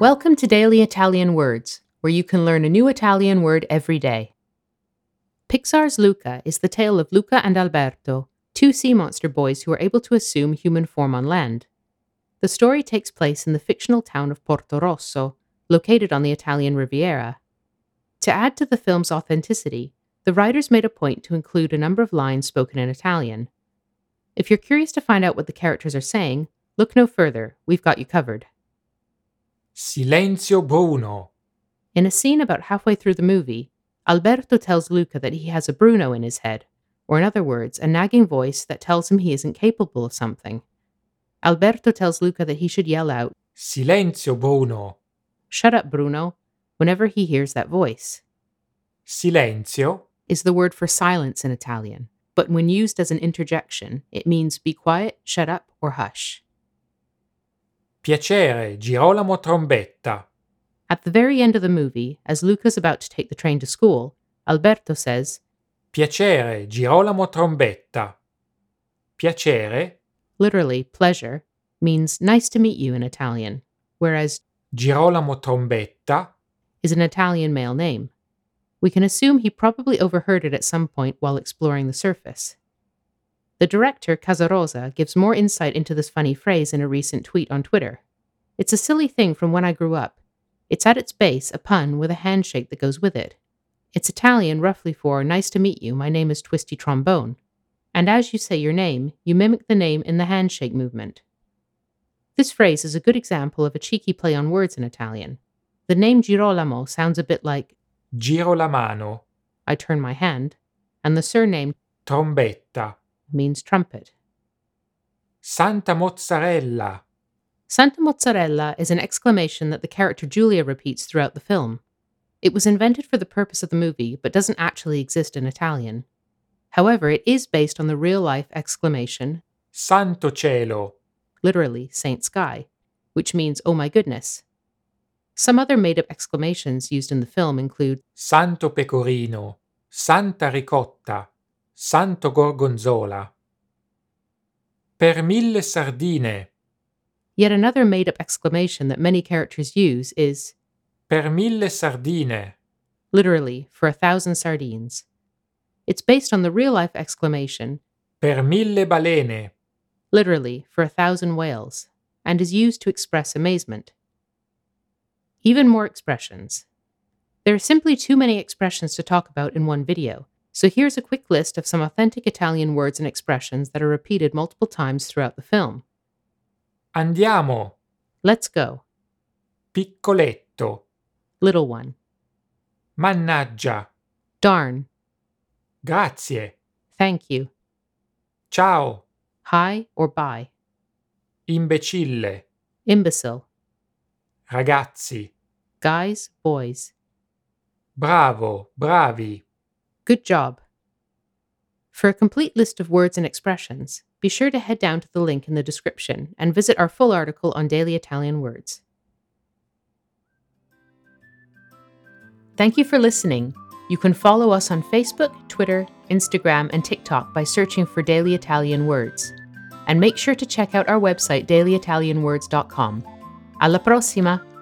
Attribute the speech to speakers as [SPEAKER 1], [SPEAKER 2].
[SPEAKER 1] Welcome to Daily Italian Words, where you can learn a new Italian word every day. Pixar's Luca is the tale of Luca and Alberto, two sea monster boys who are able to assume human form on land. The story takes place in the fictional town of Porto Rosso, located on the Italian Riviera. To add to the film's authenticity, the writers made a point to include a number of lines spoken in Italian. If you're curious to find out what the characters are saying, look no further, we've got you covered.
[SPEAKER 2] Silenzio Bruno.
[SPEAKER 1] In a scene about halfway through the movie, Alberto tells Luca that he has a Bruno in his head, or in other words, a nagging voice that tells him he isn't capable of something. Alberto tells Luca that he should yell out,
[SPEAKER 2] Silenzio Bruno.
[SPEAKER 1] Shut up, Bruno, whenever he hears that voice.
[SPEAKER 2] Silenzio.
[SPEAKER 1] Is the word for silence in Italian, but when used as an interjection, it means be quiet, shut up, or hush.
[SPEAKER 2] Piacere Girolamo Trombetta.
[SPEAKER 1] At the very end of the movie, as Luca's about to take the train to school, Alberto says,
[SPEAKER 2] Piacere Girolamo Trombetta. Piacere
[SPEAKER 1] literally pleasure, means nice to meet you in Italian, whereas
[SPEAKER 2] Girolamo Trombetta.
[SPEAKER 1] is an Italian male name. We can assume he probably overheard it at some point while exploring the surface. The director, Casarosa, gives more insight into this funny phrase in a recent tweet on Twitter. It's a silly thing from when I grew up. It's at its base a pun with a handshake that goes with it. It's Italian roughly for nice to meet you, my name is Twisty Trombone. And as you say your name, you mimic the name in the handshake movement. This phrase is a good example of a cheeky play on words in Italian. The name Girolamo sounds a bit like
[SPEAKER 2] Girolamano.
[SPEAKER 1] I turn my hand, and the surname
[SPEAKER 2] Trombetta.
[SPEAKER 1] means trumpet.
[SPEAKER 2] Santa Mozzarella.
[SPEAKER 1] Santa Mozzarella is an exclamation that the character Julia repeats throughout the film. It was invented for the purpose of the movie, but doesn't actually exist in Italian. However, it is based on the real life exclamation,
[SPEAKER 2] Santo Cielo.
[SPEAKER 1] literally Saint Sky, which means, oh my goodness. Some other made up exclamations used in the film include,
[SPEAKER 2] Santo Pecorino. Santa Ricotta. Santo Gorgonzola. Per mille sardine.
[SPEAKER 1] yet another made up exclamation that many characters use is,
[SPEAKER 2] Per mille sardine.
[SPEAKER 1] literally for a thousand sardines. It's based on the real life exclamation,
[SPEAKER 2] Per mille balene.
[SPEAKER 1] literally for a thousand whales, and is used to express amazement. Even more expressions. There are simply too many expressions to talk about in one video, so here's a quick list of some authentic Italian words and expressions that are repeated multiple times throughout the film.
[SPEAKER 2] Andiamo,
[SPEAKER 1] Let's go,
[SPEAKER 2] piccoletto,
[SPEAKER 1] little one.
[SPEAKER 2] mannaggia,
[SPEAKER 1] Darn,
[SPEAKER 2] grazie,
[SPEAKER 1] thank you,
[SPEAKER 2] ciao,
[SPEAKER 1] hi or bye,
[SPEAKER 2] imbecille,
[SPEAKER 1] imbecile,
[SPEAKER 2] ragazzi,
[SPEAKER 1] guys, boys,
[SPEAKER 2] bravo, bravi,
[SPEAKER 1] Good job. For a complete list of words and expressions, be sure to head down to the link in the description and visit our full article on daily Italian words. Thank you for listening. You can follow us on Facebook, Twitter, Instagram, and TikTok by searching for Daily Italian Words. And make sure to check out our website, dailyitalianwords.com. Alla prossima!